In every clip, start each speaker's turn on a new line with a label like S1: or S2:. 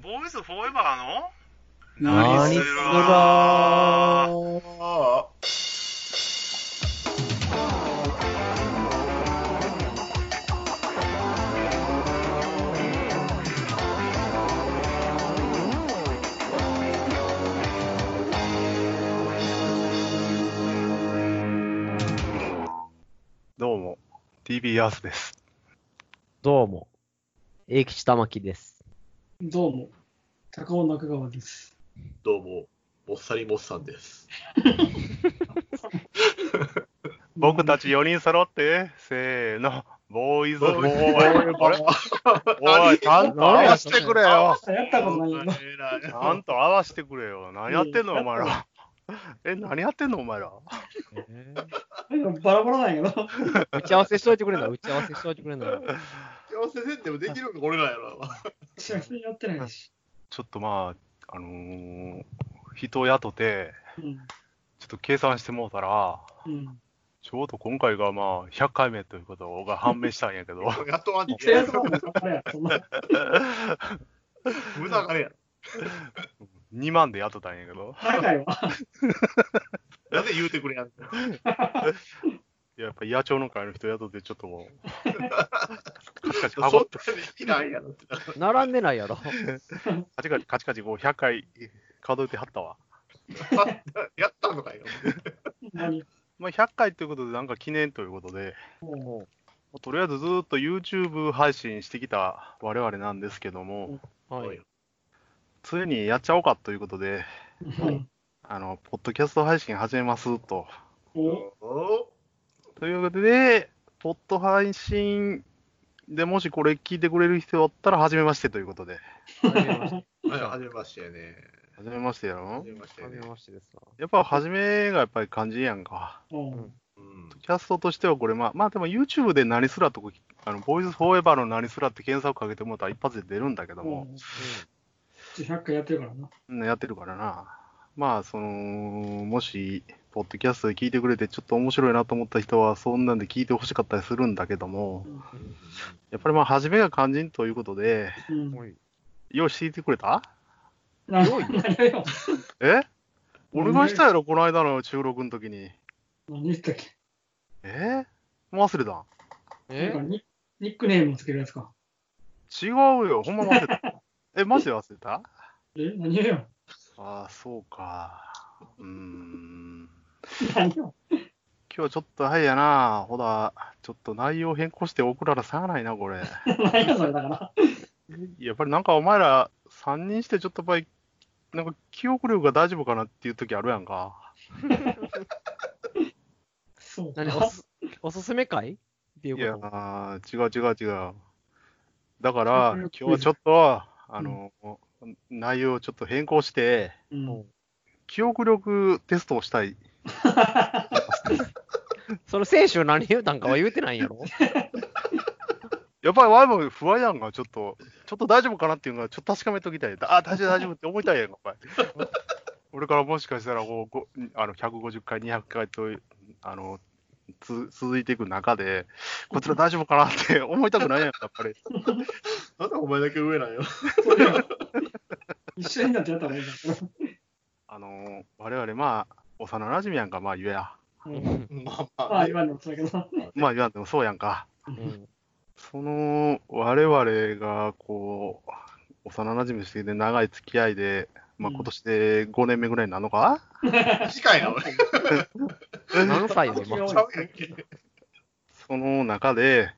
S1: ボーイズフォーエバーの
S2: 何
S1: 何
S2: する
S1: する
S2: わ
S1: わ
S2: ー
S3: どうも、TB アースです。
S4: どうも。英吉玉木です。
S5: どうも、高尾中川です。
S2: どうも、もっさりもっさんです。
S3: 僕たち4人揃って、せーの、ボーイズフォーエバー。お
S2: お
S3: い、
S2: い
S3: ちゃんと合わせてくれよ。
S5: やったことないよ な。
S3: ちゃんと合わせてくれよ。何やってんの、お前ら。え、何やってんの、お前ら。
S5: バラバラなんやな。
S4: 打ち合わせしといてくれな、打ち合わせしといてくれな。
S2: 幸せせんでもできるのが俺らやろ。
S5: 仕事にやってないし。
S3: ちょっとまあ、あのー、人を雇って、
S5: うん。
S3: ちょっと計算してもうたら、
S5: うん。
S3: ちょうど今回がまあ、100回目ということが判明したんやけど、
S2: やっとわんねん
S5: 一応やったことないや、そんな。
S2: 無駄がね
S3: 2万で雇ったんやけど、
S5: 高いわ。
S2: や。なぜ言うてくれやん。
S3: いややっぱ野鳥の会の人雇って、ちょっともう、 カチカチ
S2: そ
S3: ハ
S2: ん
S3: マっ
S2: な
S3: て
S2: にいないやろって。
S4: 並んでないやろ。
S3: カチカチカチカチこう100回数えてはったわ。
S2: やったのかよ。
S5: 何
S3: まあ、100回ということで、なんか記念ということで、
S5: も
S3: とりあえずずっと YouTube 配信してきた我々なんですけど
S5: う
S3: も
S5: ん、
S4: はい。
S3: ついにやっちゃおうかということで、
S5: う。うん。
S3: あの、ポッドキャスト配信始めますと。
S5: お
S2: お
S3: ということで、ポッド配信でもしこれ聞いてくれる人おったら、初めましてということで。
S2: はい、はじめましてやね。
S3: 初めましてや
S2: は
S3: ろ
S2: じめましてや
S4: はじ
S2: ね
S4: め。ましてですな。
S3: やっぱ初めがやっぱり肝心やんか。
S5: うん。
S2: うん
S3: キャストとしてはこれ、まあ、まあでも YouTube で何すらとか、あの、ボイスフォーエバーの何すらって検索かけてもらったら一発で出るんだけども、
S5: 100回やってるからな。
S3: うんやってるからな。まあ、その、もし、ポッドキャストで聞いてくれてちょっと面白いなと思った人は、そんなんで聞いてほしかったりするんだけども、やっぱりまあ、初めが肝心ということで、
S5: うん。
S4: うん。
S3: 用意していてくれた
S5: な
S4: どういう
S5: 何よ。
S3: え俺がしたやろ、この間の収録の時に。
S5: 何言ったっけ
S3: えもう忘れたん
S5: な
S4: え
S5: んかニニックネームをつけるやつか。
S3: 違うよ、ほんま忘れ た。え、マジで忘れた
S5: え何よ。
S3: ああ、そうか。うーん。
S5: 何よ。
S3: 今日ちょっとあれやな、ほら、ちょっと内容変更して送らなさがないな、これ。
S5: 何やそれだから。
S3: やっぱりなんかお前ら3人してちょっとやっぱり、なんか記憶力が大丈夫かなっていう時あるやんか。
S5: そうか
S4: 何。おすおすすめ会ってい
S3: いや
S4: うこ
S3: ー、違う違う違う。だから、今日はちょっと、あの、内容をちょっと変更して、
S5: うん。
S3: 記憶力テストをしたい。
S4: と。その選手何言うたんかは言うてないんやろ。
S3: やっぱりワイも不安やんか、ちょっと、ちょっと大丈夫かなっていうのが、ちょっと確かめときたい。あ、大丈夫、大丈夫って思いたいやんか、お前 俺からもしかしたらこう、こうあの150回、200回と、あの、つ続いていく中で、こちら大丈夫かなって 思いたくないやんか、やっぱり。
S2: なんでお前だけ上なんよ。
S5: そうや 一緒になってやった方がいいんだか
S3: あの、我々、まあ、幼馴染やんか、まあ言えや。
S5: ら。うん
S4: うん
S2: まあ
S5: ま
S2: ま
S5: あ、
S2: あね。
S5: 今でもそうだけどな。
S3: まあ言わんでもそうやんか。
S4: うん
S3: その、我々が、こう、幼馴染してて長い付き合いで、まあ今年で5年目ぐらいになるのか、
S2: 短いな、俺。ち
S4: 何歳で今。
S2: ゃうやんけ。
S3: その中で、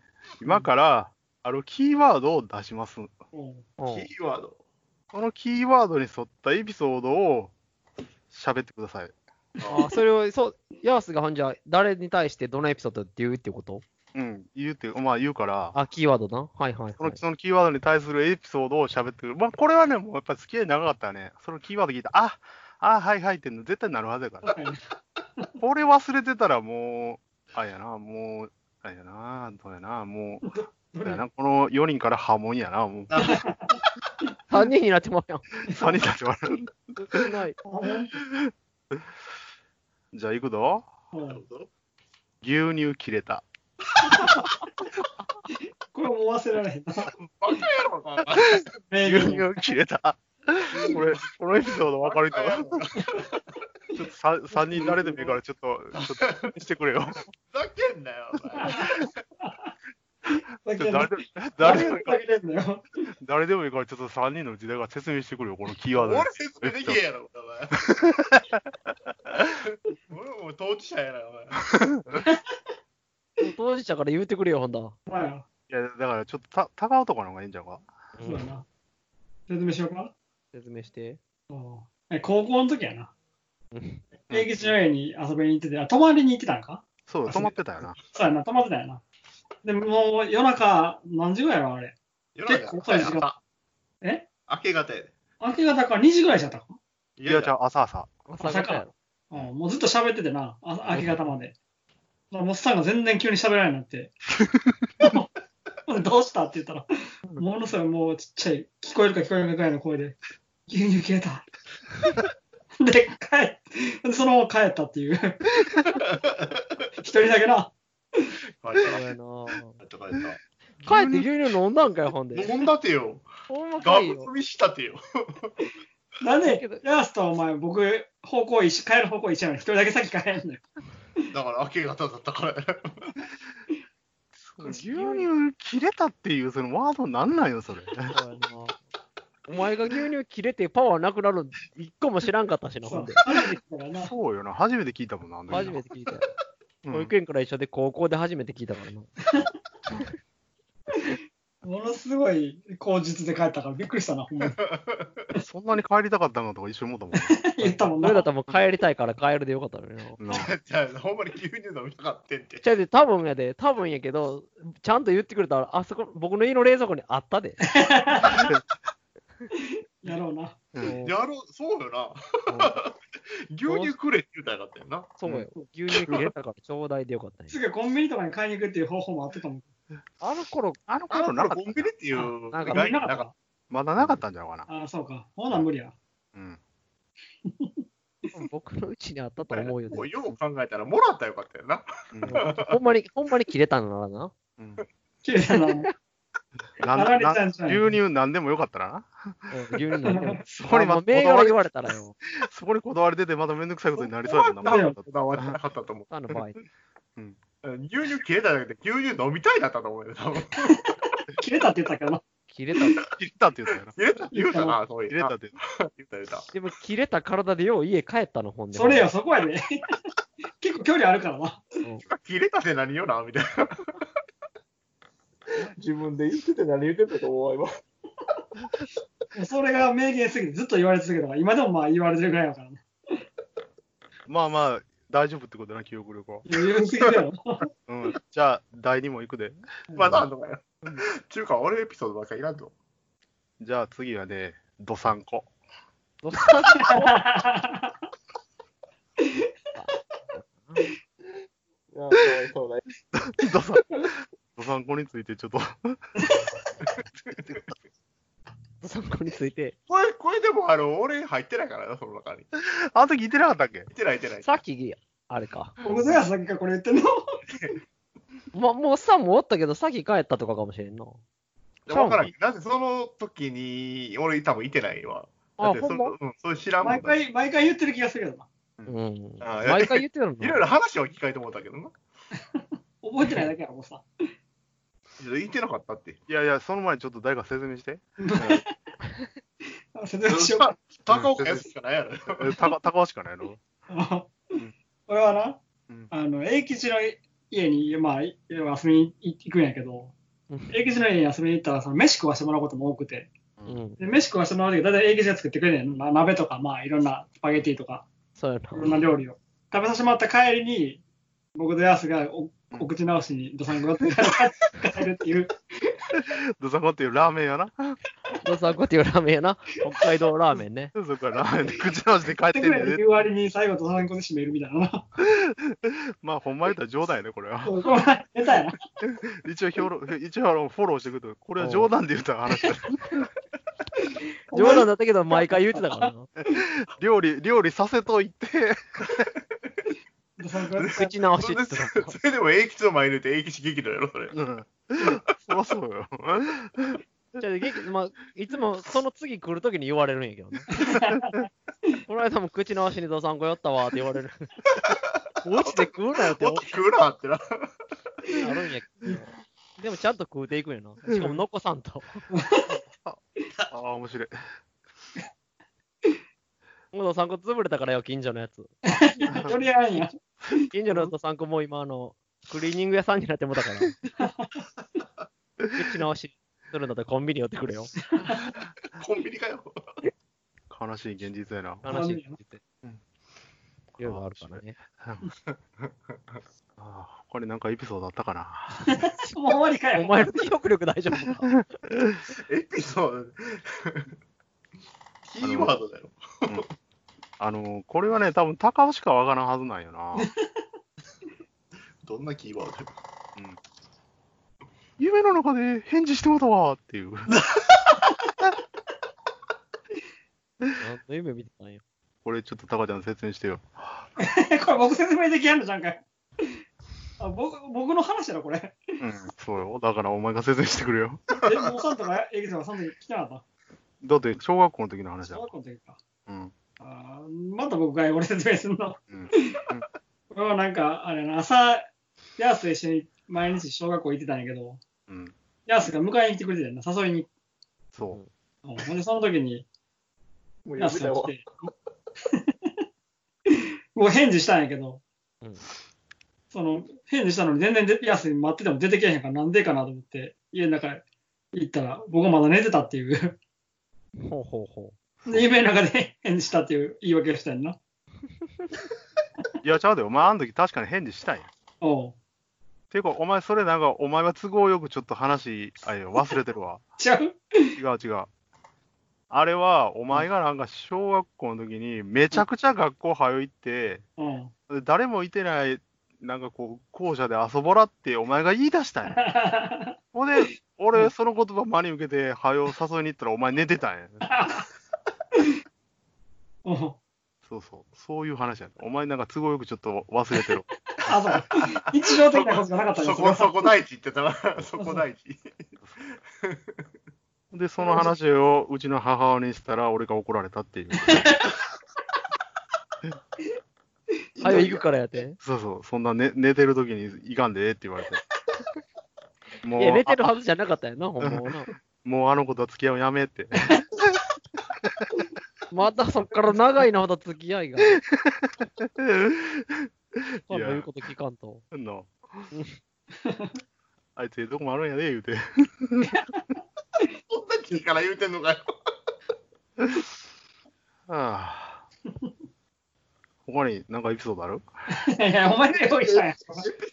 S3: 今から、あるキーワードを出します。
S5: うん
S4: うん
S2: キーワード。
S3: そのキーワードに沿ったエピソードを喋ってください。
S4: あ、それを、そう、ヤースがほんじゃ、誰に対してどのエピソードって言うってこと
S3: うん、言うって、まあ言うから、
S4: あ、キーワードな。はいはい
S3: そ
S4: は
S3: の
S4: い。
S3: そのキーワードに対するエピソードを喋ってくる。まあこれはね、もうやっぱ付き合い長かったらね、そのキーワード聞いたら、ああ、はいはいって絶対なるはずやから。
S5: 確かに
S3: これ忘れてたらもう、あれやな、もう、あれやな、どうやな、もう、
S5: ど
S3: どう
S5: れ
S3: やな、この4人から波紋やな、もう、
S4: 3人になってもらう
S3: 3人たちは。
S4: やん。ない。
S5: あほん
S3: じゃあ行くぞ。
S5: う
S2: なんるほど
S3: 牛乳切れた。
S5: これもう忘れられへんな。
S2: バカやろ、お
S5: 名
S2: 前。
S3: 牛
S5: 言や
S3: 乳切れた。これ、このエピソード分かる人
S2: バカやろ。ふ
S3: ちょっとさ三人誰でもいいから、ちょっと、ちょっとしてくれ よ。
S2: ざけんなよ、お
S5: だ
S2: 前。
S3: ち
S5: け
S3: ょっと
S5: ど
S3: 誰で誰でも
S5: ふざけてんのよ。
S3: 誰でもいいから、ちょっと三人のうちだから説明してくれよ、このキーワードに
S2: 俺。説明できへんやろ、お前。俺もう当事者やな、お前。
S4: 当事者から言うてくれよ、ほんだ。
S5: お前ら
S3: いや、だからちょっとた高男の方がいいんちゃうか
S5: そうだな。説明しようか。
S4: 説明して。
S5: おうえ高校の時やな
S4: うん。
S5: 平吉の家に遊びに行ってて、あ、泊まりに行ってたんか
S3: そうだ、止まってたよな。
S5: そうやな、泊まってたよな。でもう夜中、何時ぐらいやろ、あれ。
S2: 世
S5: 結構遅い時間え
S2: 明け方やで。
S5: 明け方から2時ぐらいじゃったか
S2: い
S3: いや、じゃあ、朝朝。
S5: 朝からうん、もうずっと喋っててな、あ明け方まで。モスさんが全然急に喋らないなって。 どうしたって言ったら、ものすごいもうちっちゃい、聞こえるか聞こえないかぐらいの声で、牛乳消えた。 で、帰っそのまま帰ったっていう。一人だけな。
S2: あ
S4: そう
S2: れ
S4: やな。
S2: とかでさ。
S4: 帰って牛乳飲んだんかよ、ほんで。
S2: 飲んだてよ。
S4: ほんま
S2: ガ
S4: かい
S2: ブ
S4: よ
S2: 飲。みしたてよ。
S5: なんで、ラストお前、僕、方向一緒、帰る方向一緒やのに、一人だけ先帰るのよ。
S2: だから明け方だったから。
S3: 牛乳切れたっていう、そのワードなんなんよ、それ。
S4: そうやなお前が牛乳切れてパワーなくなるの一個も知らんかったしな、ほんで。
S5: 初めて来たからな。
S3: そうよな、初めて聞いたもんな、あの
S4: 初めて聞いたよ。
S3: うん
S4: 保育園から一緒で高校で初めて聞いたからな。
S5: ものすごい口実で帰ったから、びっくりしたな、ほんま に。
S3: そんなに帰りたかったのとか一緒に思った
S5: 言ったもん
S4: そ
S5: な
S4: れ。だったらもう帰りたいから帰るでよかったのよな。
S3: もんな。な
S2: じゃあ、ほんまに牛乳飲みたかってんて。
S4: ちゃうで、多分やで、多分やけど、ちゃんと言ってくれたら、あそこ、僕の家の冷蔵庫にあったで。
S5: やろうな。
S3: うん
S2: やろう、そうよな。牛乳くれって言うたらよかったよな。
S4: そうよ。牛乳切れたからちょうだいでよかったんや
S5: すぐコンビニとかに買いに行くっていう方法もあったと思う。
S4: あの頃、
S3: あの
S2: あ
S3: 頃
S2: の
S3: な
S2: 頃
S3: かっ
S2: コン
S3: た
S2: ビ
S3: な
S2: ニっていう
S4: なん
S5: コ
S4: か
S5: ンビ
S2: 概
S5: ニ
S2: 念
S5: なか
S2: な
S5: った
S2: かっ
S3: まだなかったんじゃうかな。
S5: ああ、そうか。ほな無理や。
S3: うん。
S4: 僕の家にあったと
S2: た。
S4: 思うよ。
S2: もうよう考えたら、もらったらよかったよな。
S3: うん
S4: ほんまに、ほんまに切れたのならな。
S3: うん
S5: 綺麗だな。
S3: なん
S5: 流れ
S3: な
S5: たんじゃない
S3: 牛乳なんでもよかったらな。
S4: うん牛乳飲ん で。
S3: そ
S4: こ
S3: こ
S4: れ、
S3: に
S4: ま
S3: ま
S4: あ、
S3: こだ
S4: 銘柄
S3: わり
S4: 言、われたらよ。
S3: そこにこだわり出てまためんどくさいことになりそうやもんな。
S5: そうだよ
S2: こだわってなかったと思う。
S4: 他の場合。
S2: 牛乳切れただけで牛乳飲みたいだったと思うよ。多分
S5: 切れたって言ったけどな。
S4: 切 れた。
S3: 切れたって言ったよな。
S2: 入れた、言うたな、そういう。
S3: 切れた
S2: あ
S3: って言っ
S2: 言うた、言うた。
S4: でも、切れた体でよう家帰ったの、ほんで。
S5: それよ、そこやで。 結構距離あるからな。
S2: 切れたって何よな、みたいな。
S1: 自分で言ってて何言ってたと思います。
S5: もうそれが名言すぎてずっと言われ続けたから、今でもまあ言われてるぐらいやからな。
S3: た。まあまあ、大丈夫ってことだな、記憶力は。
S5: 余裕すぎだよ。
S3: うん。じゃあ、第2問いくで。
S2: まだあんのかよ。ちゅうか、俺エピソードばっかりいらんぞ。
S3: じゃあ次はね、どさん こ。
S4: どっさんこ
S1: いや、かわいそうだよ。
S3: どさん、どさんこについてちょっと。
S4: どさんこについて。
S2: これ、これでも、あの、俺入ってないからな、その中に。入
S3: あの時いてなかったっけ
S2: ってない、入ってない。
S4: さっき、あれか。
S5: 僕がさっきからこれ言ってんの。
S4: ま、もうおっさんもおったけど、さっき帰ったとかかもしれんな。
S2: でわからんけど。なぜその時に、俺多分いてないわ。だ
S4: あ、
S2: って
S4: ほ
S2: そ
S4: んま
S2: の、うん、そういう知らんもん
S5: 毎
S2: だし。
S5: 回、毎回言ってる気がするけどな。
S4: うん。
S2: あ
S4: 毎回言ってたの。
S2: いろいろ話は聞きたいと思ったけどな。
S5: 覚えてないだけやろ、もうさ。
S2: いてなかったって。
S3: いやいや、その前にちょっと誰か説明して。
S5: 説明しようか。
S2: 高岡やすしかないやろ。
S3: えたか高尾しかないの ん
S5: 俺はな、
S3: うん
S5: あの、永吉の家に、まあ、い遊びに行くんやけど
S4: うん、
S5: 永吉の家に遊びに行ったら、その飯食わしてもらうことも多くて、
S4: うん。
S5: で飯食わしてもらうとき、だいたい永吉が作ってくれんねん。な鍋とか、まあ、いろんなスパゲティとか、
S4: そうや
S5: いろんな
S4: な。
S5: 料理を。食べさせてもらった帰りに、僕とヤスがお
S3: うん
S5: お口直しにどさんごって帰るっていう、
S3: どさんこっていうラーメンやな。
S4: どさんこっていうラーメンやな。北海道ラーメンね。
S3: そこからラーメンで口直しで帰って
S5: 帰っ
S3: ん
S5: てくれ
S3: ね
S5: る
S3: ん
S5: って
S3: ね。
S5: いう割に最後どさんごで締めるみたいなな。
S3: まあ、ほんま言ったら冗談やね、これは。
S5: そうこの前、下手やな。
S3: 一応評論、一応あのフォローしてくると、これは冗談で言った話だ。
S4: 冗談だったけど、毎回言ってたからな。
S3: 料理、料理させといて、
S5: どさんご
S4: 口直しって言ってた
S2: それでも、永吉の前にいるって永吉激怒やろ、それ。
S3: うんそらそうよ。
S4: じゃあげまあ、いつもその次来るときに言われるんやけ どね。この間も口の足にドサンコ寄ったわって言われる。落ちて食うなよって
S2: もっ
S4: 思
S2: と食うなってな。
S4: あるんやけど。でもちゃんと食うていくんやな。しかも残さんと。
S3: ああ、面白い。
S4: もうドサンコ潰れたからよ、近所のやつ。
S5: とりあえずや。
S4: 近所のドサンコも今、あの、クリーニング屋さんになってもうたから。口の足するんだったらコンビニ寄ってくれよ。
S2: コンビニかよ。
S3: 悲しい現実や な。
S4: 話聞いて
S2: うん。
S4: いろいろあるからね。
S3: あーこれなんかエピソードあったかな。
S5: もう終わりか
S4: お
S5: よ。
S4: 前の記憶力大丈夫か
S2: エピソード。キーワードだよ。
S3: あの、これはね、多分高尾しかわからんはずなんよな。
S2: どんなキーワードだよ。
S3: 夢の中で返事してもうたわっていう。
S4: 何の夢見てたんよ。
S3: これちょっと高ちゃん説明してよ。
S5: これ僕説明できやんのじゃんかい。あ僕僕の話だろ、これ。
S3: うん、そうよ。だからお前が説明してくれよ。
S5: え、もうさんとかエグゼはその時来てなかっ
S3: だって小学校の時の
S5: た
S3: 話だ
S5: 小。学校の時か。
S3: うん。
S5: あーまた僕が俺説明するの。
S3: うん
S5: これはなんか、あれやな、朝、ヤースと一緒に毎日小学校行ってたんやけど、
S3: うん。
S5: ヤースが迎えに来てくれてたんな、誘いに。
S3: そ
S5: うんほんで、その時に、
S1: もう
S5: ヤ
S1: や
S5: ー
S1: め
S5: ス
S1: た
S5: が来
S1: わ。
S5: て、 僕返事したんやけど、
S4: うん
S5: その、返事したのに全然でヤースに待ってても出てけえへんから、なんでかなと思って、家の中へ行ったら、僕はまだ寝てたって いう。
S4: ほうほうほ
S5: で、夢の中で返事したっていう言い訳をしたんやな。
S3: う。いや、ちゃうで、お前あの時確かに返事したんや。
S5: おう
S3: ていうか、お前それなんか、お前は都合よくちょっと話、あいや、忘れてるわ。
S5: 違う
S3: 違う違う。あれは、お前がなんか小学校の時に、めちゃくちゃ学校早行って、
S5: うん。
S3: で誰もいてない、なんかこう、校舎で遊ぼらって、お前が言い出したんや。 ほんで、俺、その言葉真に受けて、はよ誘いに行ったら、お前寝てたんや。
S5: おう
S3: そうそう、そういう話やった。お前なんか都合よくちょっと忘れてる。
S5: あ、そう。日常的なことじゃなかったん
S2: そ
S5: です
S2: こそこ大地言ってたな。 そこ大地。
S3: で、その話をうちの母親にしたら、俺が怒られたっていう。
S4: う。はよ行くからやって。
S3: そうそう、そんな寝寝てる時にいかんでええって言 われて。も
S4: いや、
S3: う
S4: 寝てるはずじゃなかったよな、ほんまはな。
S3: もうあの子と付き合うやめって。
S4: またそっから長いな、また付き合 いが。
S3: や
S4: 今度言うこと聞かんと。
S3: の
S4: うん
S3: あいつええとこもあるんやで、言うて。
S2: そんなキーから言うてんのかよ。
S3: はあ、他になんかエピソードある
S5: いやいや、お前で用意したんや。
S2: エピ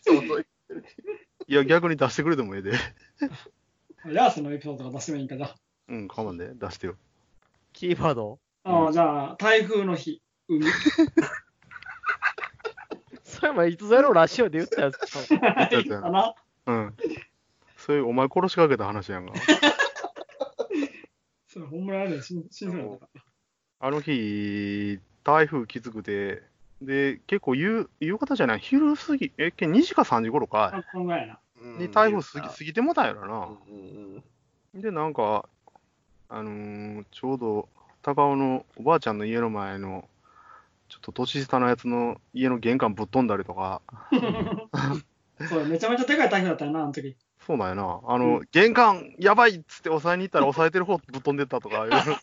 S2: ソード
S3: いや、逆に出してくれてもええで。
S5: ラースのエピソードが出せばいいんかな。
S3: うん、かまんで、出してよ。
S4: キーワード
S5: ああ、じゃあ、台風の日、 海。
S4: それもいつぞやろラジオで言ったやつと。
S3: やつや
S5: かな。
S3: うん。そういう、お前殺しかけた話やんか。
S5: それ、ほんまにあれだよ、しんしんどいな
S3: あの日、台風きつくて、で、結構夕夕方じゃない、昼過ぎ、え、け2時か3時頃か、
S5: あこんぐらいな。
S3: に台風過ぎ過ぎてもたんやろな。
S2: うん
S3: で、なんか、あのーちょうど、高尾のおばあちゃんの家の前の、ちょっと年下のやつの家の玄関ぶっ飛んだりとか、
S5: そう、めちゃめちゃでかい台風だったよな、あの時。
S3: そうなんやな、あの、玄関やばいっつって抑えに行ったら、抑えてる方ぶっ飛んでったと か、いろいろ
S2: あったな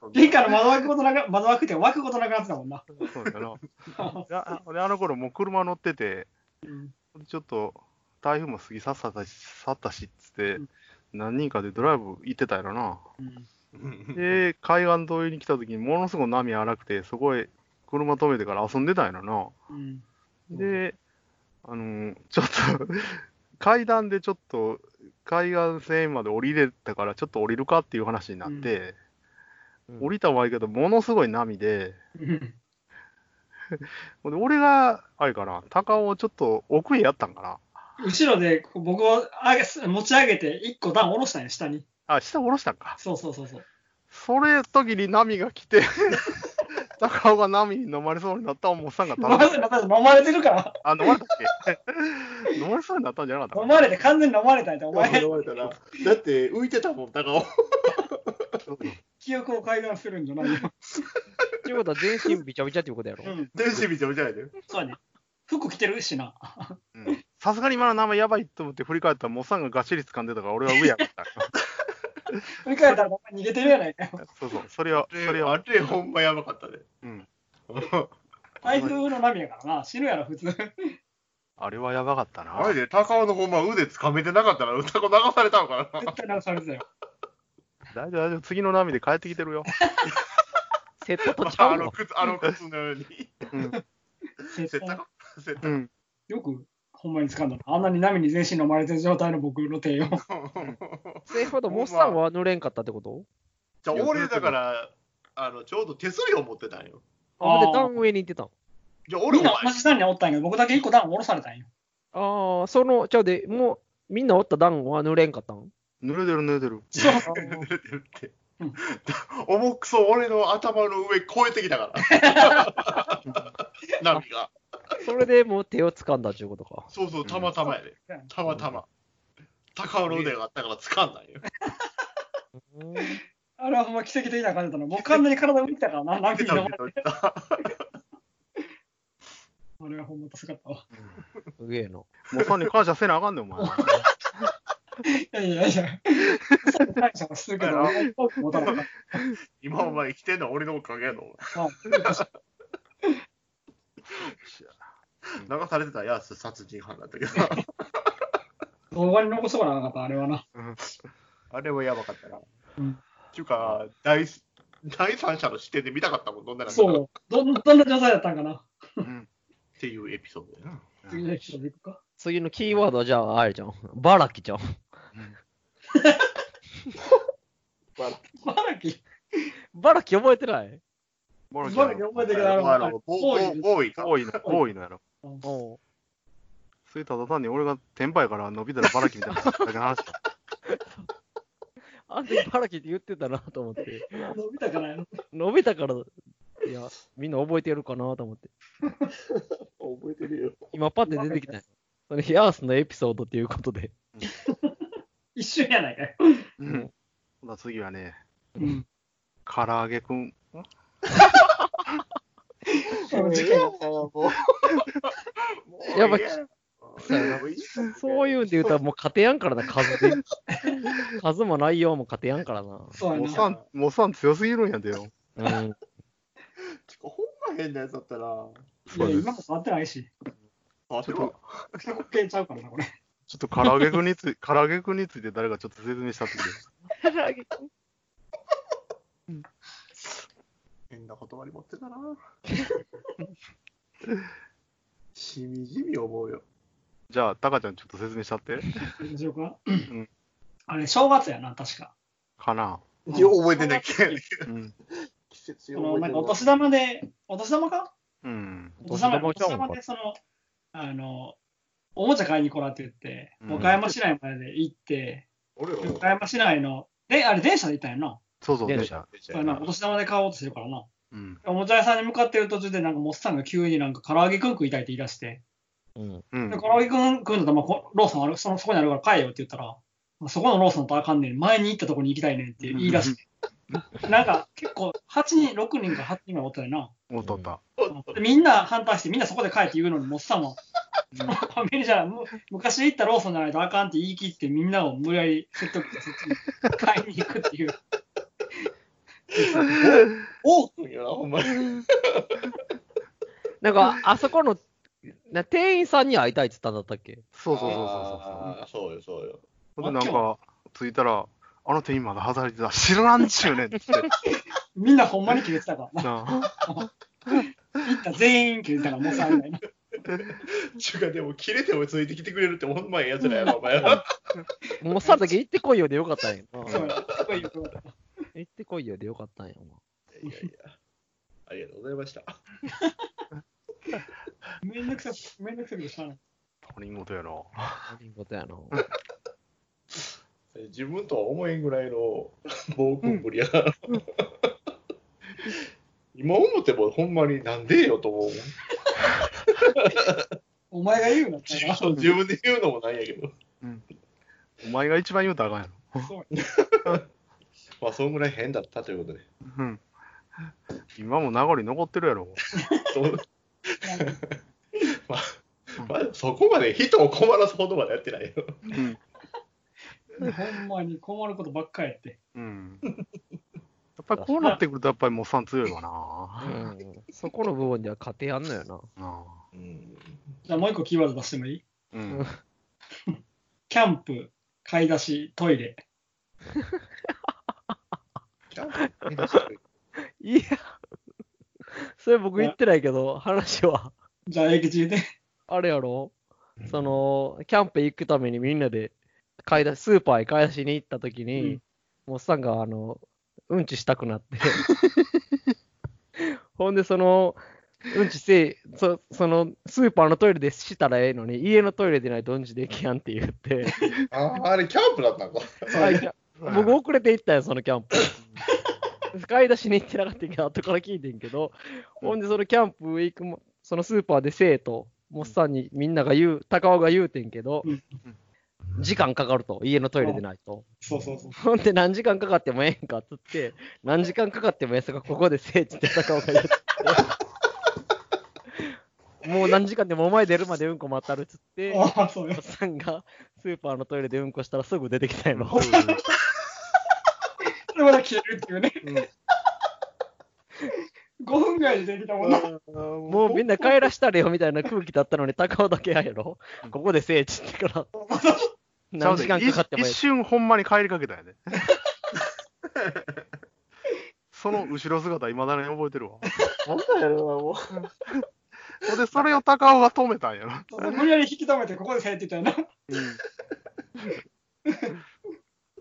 S2: そんな
S5: 玄関の窓枠ごとなく、窓枠っていうか枠ごとなくなってたもんな。
S3: そうなんやな。であであの頃もう車乗ってて、
S5: うん
S3: ちょっと台風も過ぎ去ったし、去ったしっつって
S5: う、
S3: 何人かでドライブ行ってたやろな。
S5: うん
S3: で、海岸沿いに来た時にものすごい波荒くて、そこへ車止めてから遊んでたんやろ
S5: うん
S3: な。で、あのーちょっと、 階段でちょっと海岸線まで降りれたから、ちょっと降りるかっていう話になって、
S4: うん
S3: 降りたはいいけど、ものすごい波で、
S5: うん
S3: ほんで俺が、あれかな、高尾をちょっと奥へやったんかな。
S5: 後ろでこう僕を上げ持ち上げて、一個段下ろしたんや、下に。
S3: あ、下下ろしたんか。
S5: そうそうそうそう。
S3: それ時に波が来て、高 尾が波に飲まれそうになったおもさんが
S5: 飲ま
S3: 頼む。
S5: れて飲まれてるから。
S3: あ、飲まれたっけ 飲まれそうになったんじゃなか
S5: 飲
S3: っ
S5: まれて、完全に飲まれたんやった。お
S1: まあ
S5: 前
S1: 拾、われたな。だって浮いてたもん、高尾。
S3: たかな
S5: 記憶を改ざんするんじゃないよ。
S4: っていうことは全身びちゃびちゃっていうことやろ
S5: う。ん、
S2: 全身びちゃびちゃやで。
S5: そうやね。服着てるしな。
S3: うんさすがに今の名前やばいと思って振り返ったら、モッサンががっしり掴んでたから、俺は上やった。
S5: 振り返ったら、お前逃げてるやないかよ。
S3: そうそう、それは、そ
S2: あ
S3: れ
S2: れ、
S3: は、
S2: あれほんまやばかったで。
S3: うん、
S5: 台風の波やからな。死ぬやろ、普通。
S3: あれはやばかったな。
S2: あれで、高尾のほんま腕つかめてなかったら、歌子流されたのかな。
S5: 絶対流されてたよ。
S3: 大丈夫、大丈夫、次の波で帰ってきてるよ。
S4: セットとちゃ
S2: あ
S4: う
S2: の
S4: の
S2: 靴、あの靴のように。
S5: 絶
S2: せ
S5: 対
S2: たかせた
S3: うん、
S5: よく、ほんまに掴んだな。あんなに波に全身飲まれてる状態の僕の手を。
S4: それほどモッサンは濡れんかったってこと
S2: じゃあ、俺だから、あの、ちょうど手すりを持ってたんよ。
S4: あ、で、
S5: あー
S4: 段上に行ってたの。
S2: じゃあ、俺
S5: みん
S2: お
S5: な
S2: 前、
S5: 同じ段におったんやけど、僕だけ一個段下ろされたんよ。
S4: ああ、その、ちゃうで、もう、みんなおった段は濡れんかった ん
S3: 濡れてる、濡れてる。
S5: そう。
S2: 濡れてるって
S5: うん。
S2: 重くそ俺の頭の上越えてきたから。波が。
S4: それでもう手を掴んだっていうことか。
S2: そうそう、たまたまやで。たまたま。高尾の腕があったから掴んだんよ。
S5: あれはほんま奇跡的な感じだったな。僕完全に体浮いてたからな、波
S2: 出
S5: に
S2: た
S5: 飲ま
S2: 出
S5: れ
S2: た
S5: て。
S2: 出た。
S5: あれはほんま助かったわ。
S4: すげえな。
S3: モッサンに感謝せなあかんねん、お前。
S5: いやいやいや。そう感謝はするけど、多く持たなかっ
S2: 今お前生きてんのは俺のおかげやの。
S5: た。まあ
S2: 流されてたらやつ殺人犯だったけど。
S5: 動画に残そうかなかった、あれはな。
S2: あれはやばかったな。
S5: うん
S2: っていうか第、第三者の視点で見たかったもん、どんなのか
S5: そう
S2: っ
S5: よ。どんどんな状態だったんかな。
S3: うん
S2: ていうエピソードやな。
S5: 次のエピソードいくか。
S4: 次のキーワードはじゃあ、あれじゃん。バラキじゃん。
S5: バラキ、
S4: バラキ覚えてない
S3: ボ
S5: バ
S3: ロちゃん
S5: ラキ覚えてくだ
S2: あ
S5: さい
S2: の、。ボーイ、ボーイか。
S3: 多いの、多いのやろ。
S4: おう
S3: それただ単に俺が天パやから伸びたらバラキみたいなだけの話だ。
S4: あんたバラキって言ってたなと思って。
S5: 伸びたからやろ。
S4: 伸びたから、いや、みんな覚えてるかなと思って。
S1: 覚えてるよ。
S4: 今パッて出てきたよそのヒアースのエピソードっていうことで。
S5: 一瞬やないかよ。
S3: うん。ほな次はね、
S5: うん。
S3: 唐揚げくん。
S5: そ の事件
S1: もう嫌やなも
S4: やっぱ
S1: う
S4: そういうんで言うたらもう勝てやんからな、数で。数も内容も勝てやんから
S5: そう
S3: モッ
S5: や
S3: サ
S5: な。
S3: ン、モッサン強すぎるんやでよ。
S4: な。うん。
S2: ちょほんま変なやつだったな。
S5: いや、今も触ってないし。
S2: あ、
S3: ち
S2: で
S3: ょっと
S2: も、
S5: 結構消えちゃうからな、これ。
S3: ちょっと唐揚げくんについて、 唐揚げくんについて誰かちょっと説明したってくれ
S2: 変な断り持ってたな。 しみじみ思うよ。
S3: じゃあ、タカちゃんちょっと説明したって。
S5: どうしようか。
S3: ん
S5: あれ、正月やな、確か。
S3: かな。
S2: いや、覚えてないけど。
S3: うん。
S1: 季節
S5: そ
S1: よ
S5: の
S1: 覚
S5: な
S1: え
S5: ん
S1: てる
S5: かお
S1: わ
S5: 年玉で、お年玉か
S3: うん。
S5: お年玉お
S4: お年玉ちゃ
S5: 年
S4: うんか
S5: 玉で、その、あの、おもちゃ買いに来らって言って、
S3: うん
S5: 和歌山市内まで行って、
S2: 俺ら
S5: 和歌山市内の、で、あれ、電車で行ったんやな。
S3: そうそう、
S4: 電
S3: 電
S4: 車
S3: 車。
S5: そうやな、お年玉で買おうとしてるからな。
S3: うん。
S5: おもちゃ屋さんに向かってる途中で、なんか、モッさんが急になんか、唐揚げくん食いたいって言い出して、
S4: うん。
S3: うん
S5: で唐揚げくん食うんだったら、まあこ、ローソンある、そのそこにあるから買えよって言ったら、まあそこのローソンとあかんねん、前に行ったとこに行きたいねんって言い出して、なんか、結構、8人、6人か8人ぐらいおったよな。
S3: おっとおった。
S5: でみんな反対して、みんなそこで帰って言うのに、もっさんも、そのコンビニじゃない、む昔行ったローソンじゃないとあかんって言い切って、みんなを無理やり説得して、そっちに買いに行くっていう。
S1: 多くんよな、ほんまに。
S4: なんか、あそこの、な店員さんに会いたいって言ったんだったっけ
S3: そうそうそうそう
S2: うそう。そうよ、そうよ。
S3: そう。ほんで、なんか、着いたら、あの店員まだ働いてた。知らんちゅうねんって。
S5: みんなほんまに決めてたから、
S3: なあ
S5: 行った全員決めてたから、もっさんみたいな。
S2: ちゅうか、でも、切れてもついてきてくれるって、ほんまええやつら やな、お前ら。
S4: もうさだけ行ってこいよでよかったんやな。
S5: そうやすごいよくわかった
S4: 行ってこいよでよかったんやな。
S2: いやいや。ありがとうございました。
S5: めんどくさく、めんどくさくてしゃあない。
S3: 他人事やな。
S4: 何事やな。
S2: 自分とは思えんぐらいの暴君ぶりやな、今思ってもほんまになんでよと思うも
S5: 思
S2: ん
S5: 前が言うなった
S2: 自
S5: ら。
S2: 分自分で言うのもなんやけど。
S3: お前が一番言うたらあかんやろ。
S2: まあ、そんぐらい変だったということで。
S3: うん今も名残残ってるやろ。
S2: そうまあ、まあ、そこまで人を困らすほどまでやってないよ。
S3: うん。
S5: ほんまに困ることばっかりやって。
S3: うん。やっぱりこうなってくると、やっぱりモッサン強いわな。
S4: うんそこの部分では勝てやんのよな。
S3: な
S2: うん、
S5: じゃあもう一個キーワード出してもいい
S3: あう
S4: うんん。
S5: キャンプ、買い出し、トイレ。
S2: キャンプ
S4: いや、それ僕言ってないけど、話は、
S5: じゃあ、駅中で。
S4: あれやろその、キャンプ行くためにみんなで買い出し、スーパーへ買い出しに行った時
S5: う
S4: に
S5: ん、
S4: モッサンが、あの、うんちしたくな って。ほんで、その、うんちせい、そその、スーパーのトイレでしたらええのに、家のトイレでないとうんちできやんって言って、
S2: あああれ、キャンプだったのか。
S4: は いじゃあ僕遅れて行ったよ、そのキャンプ。 買い出しに行ってなかったけど、後から聞いてんけど、ほんで、そのキャンプ行くも、そのスーパーで生徒、モッサンにみんなが言う、高尾が言うてんけど
S5: うん、
S4: 時間かかると、家のトイレでないと。
S5: そうそうそう。
S4: ほんで、何時間かかってもええんかっつって、何時間かかってもええさか、ここでせえっつって高尾が言 って。もう何時間でもお前出るまでうんこ待ったるっつって、モ
S5: ああ、そうよ
S4: ッ。サンがスーパーのトイレでうんこしたらすぐ出てき たやろ。
S5: で、まだ消えるっていうね。5分ぐらいでできたもんな。
S4: も
S2: も
S4: うみんな帰らしたれよみたいな空気だったのに、高尾だけやろ。ここで聖地ってから。 何時間かかっても
S3: 一
S4: いい。
S3: 瞬ほんまに帰りかけたんや で。その後ろ姿、いまだに覚えてるわ。
S1: なんだやろな、もう。
S3: ほんで、それを高尾が止めたんやろ。
S5: そう無理やり引き止めて、ここで帰ってたよな。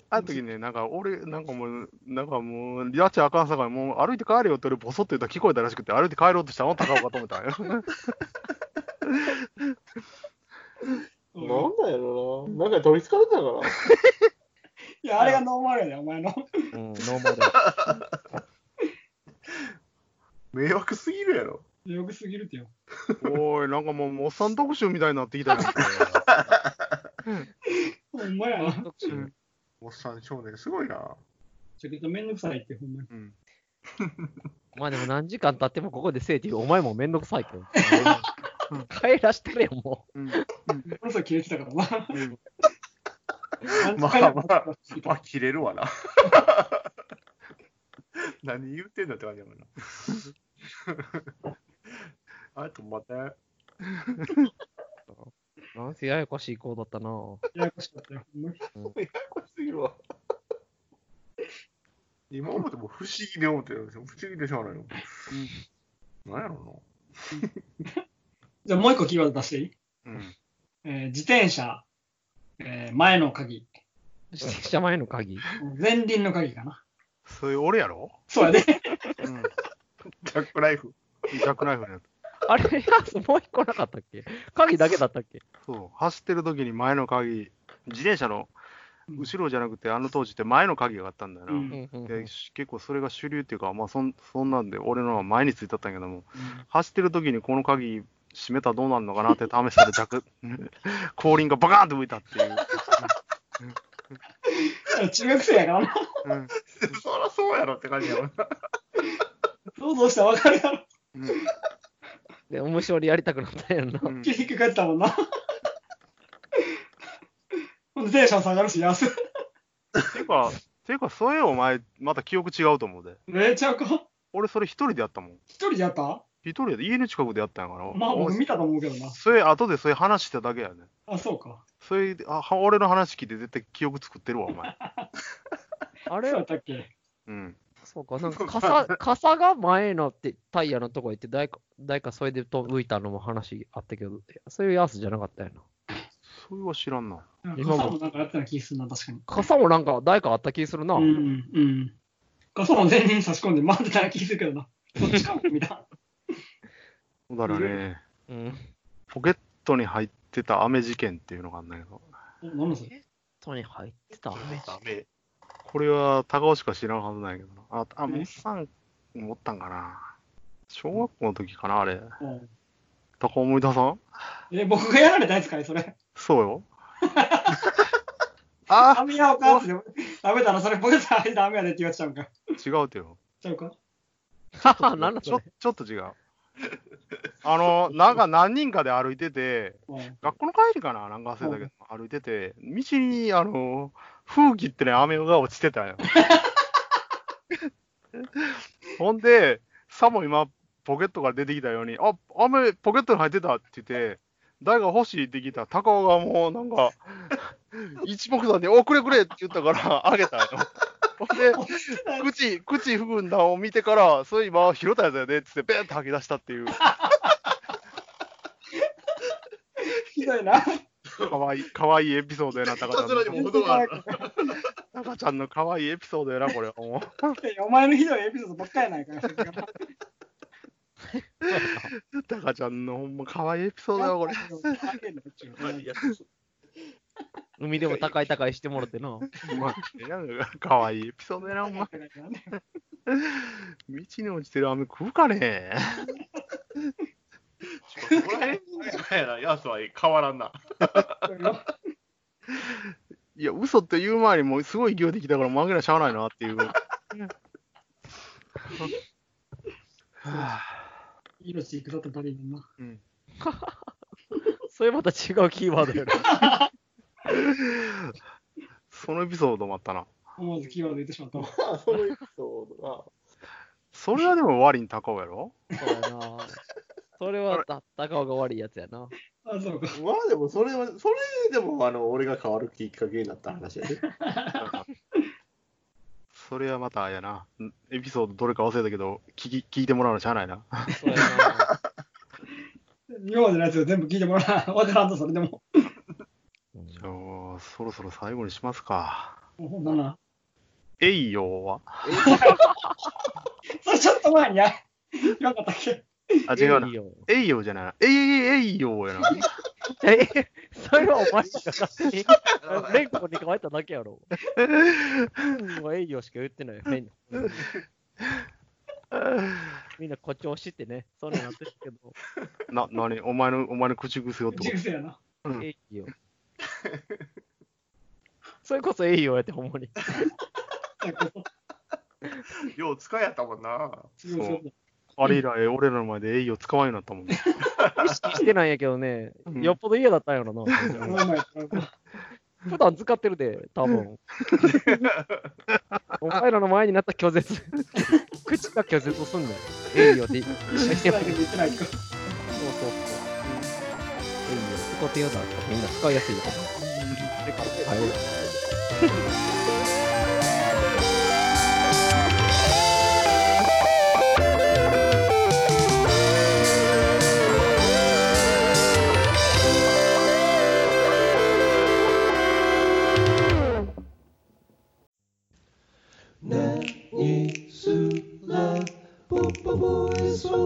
S3: あの時ね、なんか俺、なんかもう、なんかもう、やっちゃあかんさかい、もう歩いて帰れよって俺、ボソッと言ったら聞こえたらしくて、歩いて帰ろうとしたのを高岡止め たんよ。
S5: うん
S1: なんだやろな。なんか取りつかれたのか
S5: いや、あれがノーマルやねお前の。
S4: うん、ノーマルや。
S2: 迷惑すぎるやろ。
S5: よくすぎるってよ。
S3: おい、なんかもう、モッサン特集みたいになってきたやんけ。
S5: ほんまやな。
S3: うん
S2: おっさん少年、すごいな。
S5: ちょっとめんどくさいって、ほんまに。
S3: うん
S4: まあでも何時間経ってもここで聖地、お前もめんどくさいけど。帰らしてれよ、も
S3: うん
S5: この人消えてたからな。
S3: うん
S2: まあまあまあ、切れるわな。 何言ってんだって感じやもんな。 あとまた、
S4: う。なんせややこしい子だったな。
S5: ややこしかったよ。ほんまに
S2: ややこしすぎるわ。今思っても不思議で思ってるんですよ。不思議でしょうがないよ。なんやろ
S5: じゃあ、もう一個キーワード出していい
S3: うん
S5: えー自転車、えー前の鍵、
S4: 自転車前の鍵。
S5: 前輪の鍵かな。
S3: それ俺やろ、
S5: そうやね。
S3: うん、
S2: うな。ジャックライフ。
S3: ジャックナイフのやつ。
S4: あれ、やつもう一個なかったっけ鍵だけだったっけ
S3: そう、走ってる時に前の鍵、自転車の後ろじゃなくて、あの当時って前の鍵があったんだよな。
S5: うん
S4: うんうん
S3: でし結構それが主流っていうか、まあ、そんそんなんで、俺のは前についたったんやけども、走ってる時にこの鍵閉めたらどうなるのかなって試したら、弱 後輪がバカーンと向いたっていう。
S5: 中学生やからな。
S3: うん
S2: そらそうやろって感じやもんな。
S5: 想像したらわかるやろ。
S3: うん
S4: で、面白いやりたくなったんやんな。
S3: うん
S5: ひっくり返ってたもんな。ほんでテンション下がるし、安い。
S3: ていうか、ていうか、そういうお前、また記憶違うと思うで。
S5: めっちゃうか。
S3: 俺、それ一人でやったもん。
S5: 一人でやった
S3: 一人で、家の近くでやったんやから。
S5: まあ、
S3: お
S5: 僕見たと思うけどな。
S3: それ、後でそれ話しただけやね。
S5: あ、そうか。
S3: それあは俺の話聞いて絶対記憶作ってるわ、お 前。
S4: あ
S5: そ
S4: れ
S5: うや
S4: は
S5: ったっけ
S3: うん。
S4: そうか、なんか傘傘が前のってタイヤのとこ行って、誰か誰かそれで浮いたのも話あったけど、そういうやつじゃなかったよな。
S3: それは知らんな。
S5: なんか
S4: 今も
S5: 傘もなんかやってた気するな、確かに。
S4: 傘もなんか誰かあった気するな。
S5: うんうんうん。傘も前輪差し込んで回ってた気するけどな。そっちかも見た。
S3: そうだからね、
S4: うん。
S3: ポケットに入ってた飴事件っていうのがあんだけど、
S5: お何のそれ
S4: に入ってた。
S2: ダメ。
S3: これは高尾しか知らんはずなんやけどな。あ、あ、
S5: うん
S3: もっさん持ったんかな。小学校の時かな、あれ。
S5: うん
S3: 高思い出さん
S5: え、僕がやられたんですかね、それ。
S3: そうよ。あ
S5: ダメやおかって、ダメだな、それ僕たちダメやでって言われちゃうんか。
S3: 違うてよ。
S5: ちゃうか。
S4: はは、 なんだ
S3: ち
S4: そ
S3: ょ
S4: れ。
S3: ちょっと違う。あの、なんか何人かで歩いてて、
S5: うん
S3: 学校の帰りかな、なんか忘れたけど、歩いてて、道に、あの、風紀ってね、雨が落ちて たよ。ほんで、さも今、ポケットから出てきたように、あ、雨、ポケットに入ってたって言って、誰が欲しいって聞いたら、高尾がもうなん か、一目散に、お、くれくれって言ったから、あげたよ。ほ んで、口、口含んだのを見てから、そういえば拾ったやつやでっつって、ベーンと吐き出したっていう、
S5: ひどいな。
S3: かわいい、かわいいエピソードやな、タカちゃん
S2: いたずらに
S3: の。
S2: も程がある
S3: タカちゃんのかわいいエピソードやな、これ。 も
S5: お前のひどいエピソードばっかりやないか。
S3: うタカちゃんのほんまかわいいエピソードや、 これ。
S2: まあいや
S4: 海でも高い高いしてもろてな。
S3: ほんまあ、かわいいエピソードやな、お前。道に落ちてる雨食うかね
S2: そこら辺じゃないな、やつは変わらんな。
S3: いや、嘘って言う前にもうすごい勢いできたから、負けなしゃあないなっていう。はあ
S5: 命いくだとバリにな。
S4: それまた違うキーワードやな。
S3: そのエピソードもあったな。
S5: 思わずキーワード言ってしまった。
S1: あ、そのエピソード
S3: それはでも割に高尾やろ
S4: そうやな。それはた高尾が悪いやつやな。
S5: あ、そうか。
S2: まあでもそれは、それでもあの俺が変わるきっかけになった話やで。
S3: それはまたあれやな。んエピソードどれか忘れたけど、聞き聞いてもらうのしゃあないな。
S4: そうやな。
S5: 今までのやつを全部聞いてもらわな。わからんと、それでも。
S3: じゃあ、そろそろ最後にしますか。
S5: もうほんまな。
S3: えいよは
S5: それちょっと前にや。言わんかったっけ
S3: あ、違うな
S4: えい。よ
S3: えいよじゃない。えいえいえいよやな。
S4: え、それはお前しか勝手に。レンコに変えただけや ろ。うんもうえいよしか言ってないよ。変にみんな誇張してね。そんなんなってるけど。
S3: な、なにお前の、お前の口癖をって
S5: 人
S3: こ
S5: 生やな。
S3: うん
S4: えいよ。それこそえいよやってほんまに。
S2: よう使いやったもんな。
S5: 違う違う
S3: とあれ以来、俺らの前でえいよ使わんようになったもんね。
S4: 意識してないんやけどね
S3: う。ん
S4: よっぽど嫌だったんやろな。
S5: お前
S4: 普段使ってるで、多 分お前らの前になったら拒絶。 口が拒絶すんねん。えい よって。
S5: 意識してないけど言ってないか。
S4: そうそうそう。いいよ。使ってよだ。みんな使いやすいよ。はい。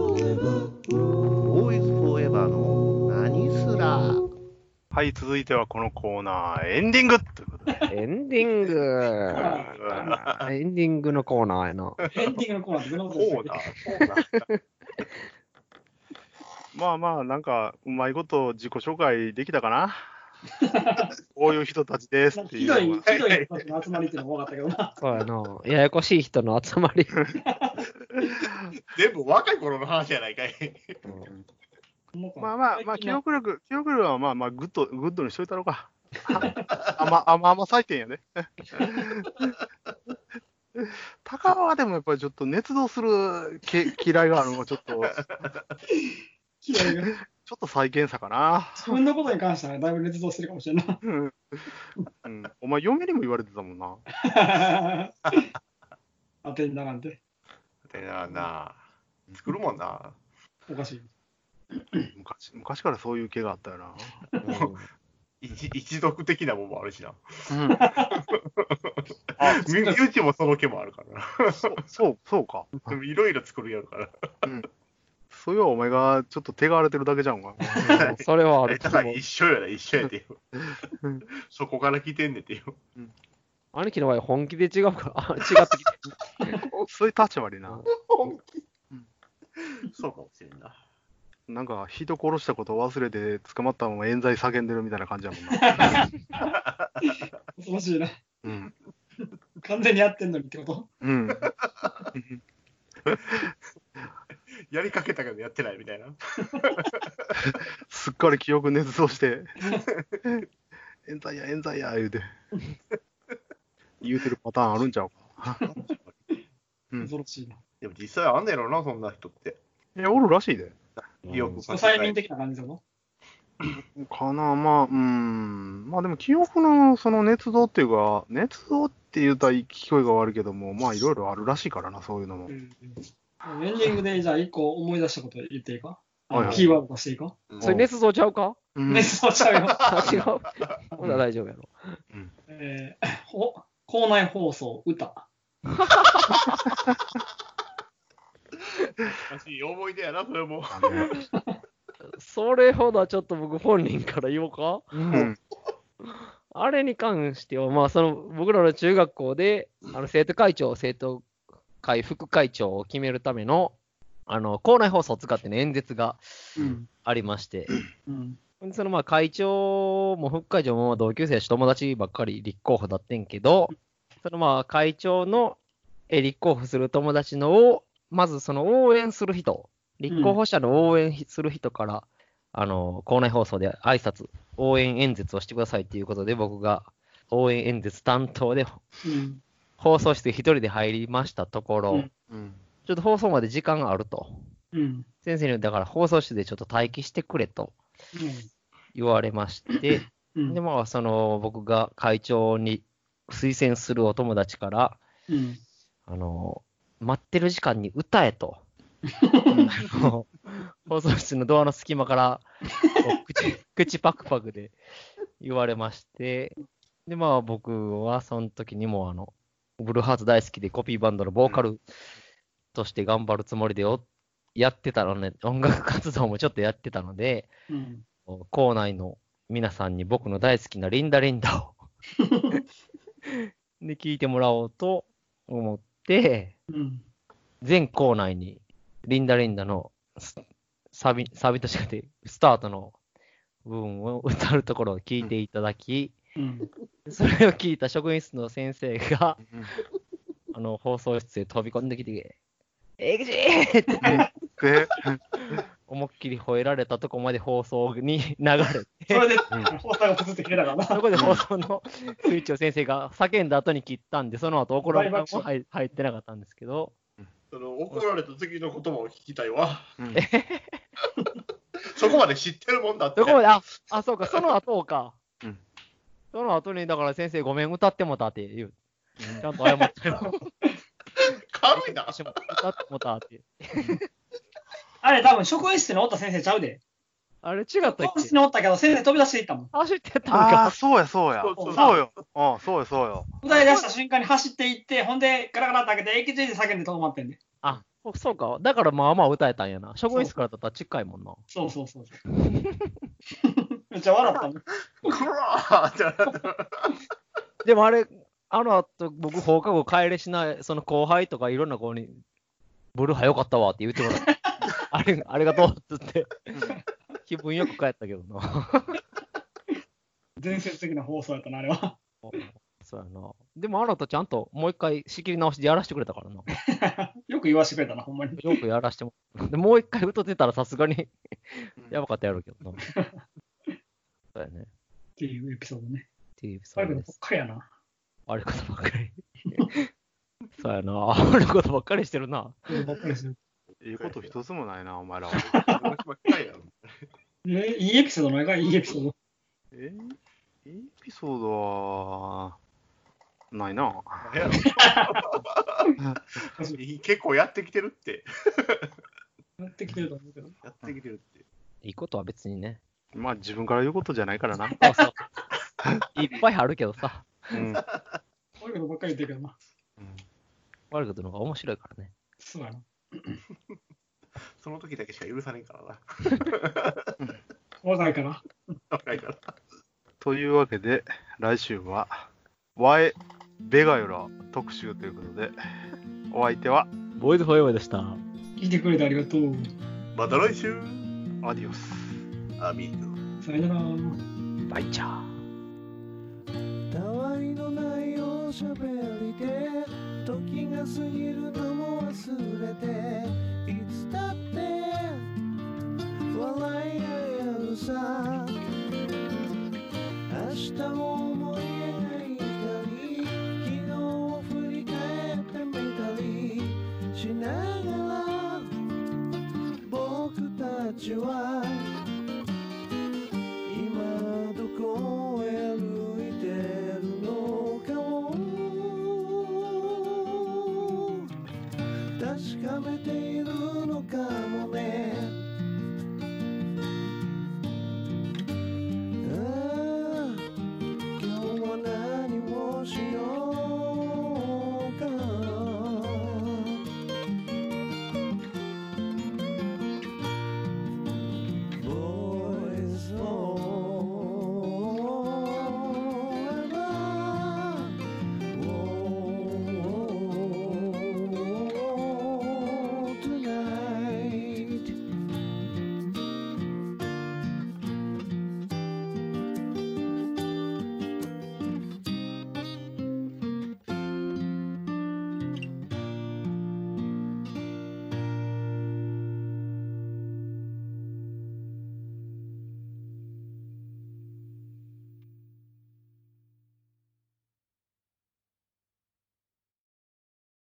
S6: ボーイズフォーエバーの何すら
S3: はい、続いてはこのコーナー、エンディングということで。
S4: エンディング エンディングのコーナーやな。
S5: エンディングのコーナーってどんなことです
S2: こうだ、こうだ。
S3: まあまあ、なんか、うまいこと自己紹介できたか なこういう人たちですってい
S5: ひ
S3: う
S5: どい、
S3: のは。
S5: ひどい人たちの集まりっていうのも分かったけどな。
S4: そうやな。ややこしい人の集まり。
S2: 全部若い頃の話やないかい。
S3: まあまあ、まあ、記憶力、記憶力はまあまあ、グッド、グッドにしといたろうか。 あま、あまあま採点やね。高尾はでもやっぱりちょっと熱動するけ嫌いがあるのがちょっと、ちょ
S5: ひどいよ
S3: っと再現差かな。
S5: 自分のことに関してはだいぶ熱造してるかもしれんない。
S3: うんうん、お前、嫁にも言われてたもんな。
S5: 当てにならんて。
S2: てなな。作るもんな。
S5: おかしい。
S3: 昔昔からそういう毛があったよな。
S2: 一一族的なもんもあるしな。
S3: うん、
S2: 身身内もその気もあるからな。
S3: そうそうそうか。
S2: でもいろいろ作るやるから。
S3: そういえばお前がちょっと手が荒れてるだけじゃんか。
S4: それはあ
S2: え
S4: る
S2: だから一緒やな、一緒やてよ。そこから来てんねてよ。
S4: 兄貴の場合本気で違うから。 違ってきて。
S3: そういう立場でな。
S2: そうかもしれんな。
S3: なんか人殺したことを忘れて捕まったまま冤罪叫んでるみたいな感じやもんな。
S5: 恐ろしいな。
S3: うん。
S5: 完全にやってんのにってこと
S3: うん。
S2: やりかけたけどやってないみ たいな。
S3: すっかり記憶捏造 して、冤罪や冤罪や言うて、言うてるパターンあるんちゃうか。うん
S5: 恐ろしいな。
S2: でも実際あんねやろな、そんな人って。
S3: え、おるらしいで。
S2: よく考
S5: 催
S2: え
S5: 眠的な感じだの
S3: かな、まあ、うん。まあでも記憶のその捏造っていうか、捏造って言うたら聞こえが悪いけども、まあいろいろあるらしいからな、そういうのも
S5: う。ん。エンディングでじゃあ一個思い出したこと言っていいかあの
S3: はいはい
S5: キーワードとしていいか
S2: うん
S4: それ、熱造ちゃうか
S3: うん
S5: ね、そうちゃうよ。
S4: 違う。ほな大丈夫やろ。
S5: えー、ほ校内放送、歌。
S2: 難しい思い出やな、それも。
S3: あのね
S4: それほどはちょっと僕本人から言おうか。
S3: うん。
S4: あれに関しては、まあ、その僕らの中学校で、あの生徒会長、生徒会副会長を決めるための、あの校内放送を使っての演説が
S5: うん。
S4: ありまして、
S5: うん。
S4: そのまあ会長も副会長も同級生やし、友達ばっかり立候補だってんけど、そのまあ会長のえ立候補する友達のを、まずその応援する人、立候補者の応援する人から、あの校内放送で挨拶応援演説をしてくださいということで、僕が応援演説担当で
S5: うん。
S4: 放送室一人で入りましたところ、
S5: うん
S3: うん。
S4: ちょっと放送まで時間があると、
S5: うん。
S4: 先生にだから放送室でちょっと待機してくれと言われまして、
S5: うん。
S4: で、まあ、その、僕が会長に推薦するお友達から、
S5: うん。
S4: あの、待ってる時間に歌え と。あの放送室のドアの隙間から、こう口、 口パクパクで言われまして、で、まあ、僕はその時にも、あの、ブルーハーツ大好きでコピーバンドのボーカルとして頑張るつもりでおやってたのね、音楽活動もちょっとやってたので、
S5: うん。
S4: 校内の皆さんに僕の大好きなリンダリンダをで聞いてもらおうと思って、
S5: うん。
S4: 全校内にリンダリンダのスサビ、サビと違ってスタートの部分を歌うところを聞いていただき、
S5: うん。
S4: それを聞いた職員室の先生が、
S3: うん
S4: あの、放送室へ飛び込んできて、えぐじーって
S3: で、
S4: 思いっきり吠えられたとこまで放送に流れ
S5: それで、放送がポツって切れたからな。
S4: そこで放送のスイッチを先生が叫んだ後に切ったんで、その後怒られたのも入入ってなかったんですけど、
S2: その怒られた次の言葉を聞きたいわ。
S3: うん
S2: そこまで知ってるもんだって。
S4: そこまで、あ、あ、そうか、その後か
S3: うん。
S4: その後に、だから先生ごめん、歌ってもたって言う。ちゃんと謝ってる。
S2: 軽 いな。
S4: 私も歌ってもたって。
S5: あれ、多分職員室におった先生ちゃうで。
S4: あれ違ったっ
S5: 職員室
S4: け
S5: におったけど、先生飛び出していったもん。
S4: 走ってたの
S3: ああ、
S4: か。
S3: そうや、そうや。
S2: そう
S5: そう
S3: そうよ。あそうや、そうよ。
S5: 歌い出した瞬間に走っていって、ほんで、ガラガラって開けて、駅中で叫んで止まってんで。
S4: あ、そうか。だからまあまあ歌えたんやな。職員室からだったら近いもんな。
S5: そうそうそう。めっちゃ笑ったもん。
S2: くらーってなった
S4: でもあれ、あの後、僕放課後帰れしない、その後輩とかいろんな子に、ブルーハよかったわって言ってもら った。あれ、ありがとうっつ って、気分よく帰ったけどな。
S5: 伝説的な放送やったな、あれは。
S4: そうやな。でもあなたちゃんともう一回仕切り直しでやらせてくれたからな。
S5: よく言わしてくれたな、ほんまに。
S4: よくやらしてもらった。でもう一回歌ってたらさすがにやばかったやろうけ どな。そうやね。っ
S5: っていうエピソードね。
S4: ていうそ
S5: 最
S4: う
S5: 後の
S4: で
S5: こっ
S4: す。
S5: かりやな。
S4: 悪いことばっかり。 そうやな。悪いことばっかりしてるな。
S5: ばっかりする
S3: いいこと一つもないな、お前らは。
S2: 話ばっかりやろ
S5: えいいエピソードないかいいエピソード。
S3: えエピソードは、ないな。
S2: 何やろ結構やってきてるって。
S5: やってきてると思うけど。
S2: やってきてるって。
S4: いいことは別にね。
S3: まあ自分から言うことじゃないからな。
S4: そう そう。いっぱいあるけどさ、
S3: うん。
S5: こういうことばっかり言ってるけどな。
S4: 悪いことの方が面白いからね。
S5: そうやな。
S2: その時だけしか許さねえからな。
S5: 若いから。
S2: 若いから。
S3: というわけで、来週は、ワエ・ベガヨラ特集ということで、お相手は、
S4: ボーイズフォーエバーでした。
S5: 聞いてくれてありがとう。
S2: また来週
S3: アディオス。
S2: アビート。
S5: さよなら。
S4: バイチャー。
S7: たわいのないおしゃべりで時が過ぎるのも忘れていつだって笑い合えるさ明日を思い描いたり昨日を振り返ってみたりしながら僕たちは今どこへ歩いてるのかを確かめているのかもね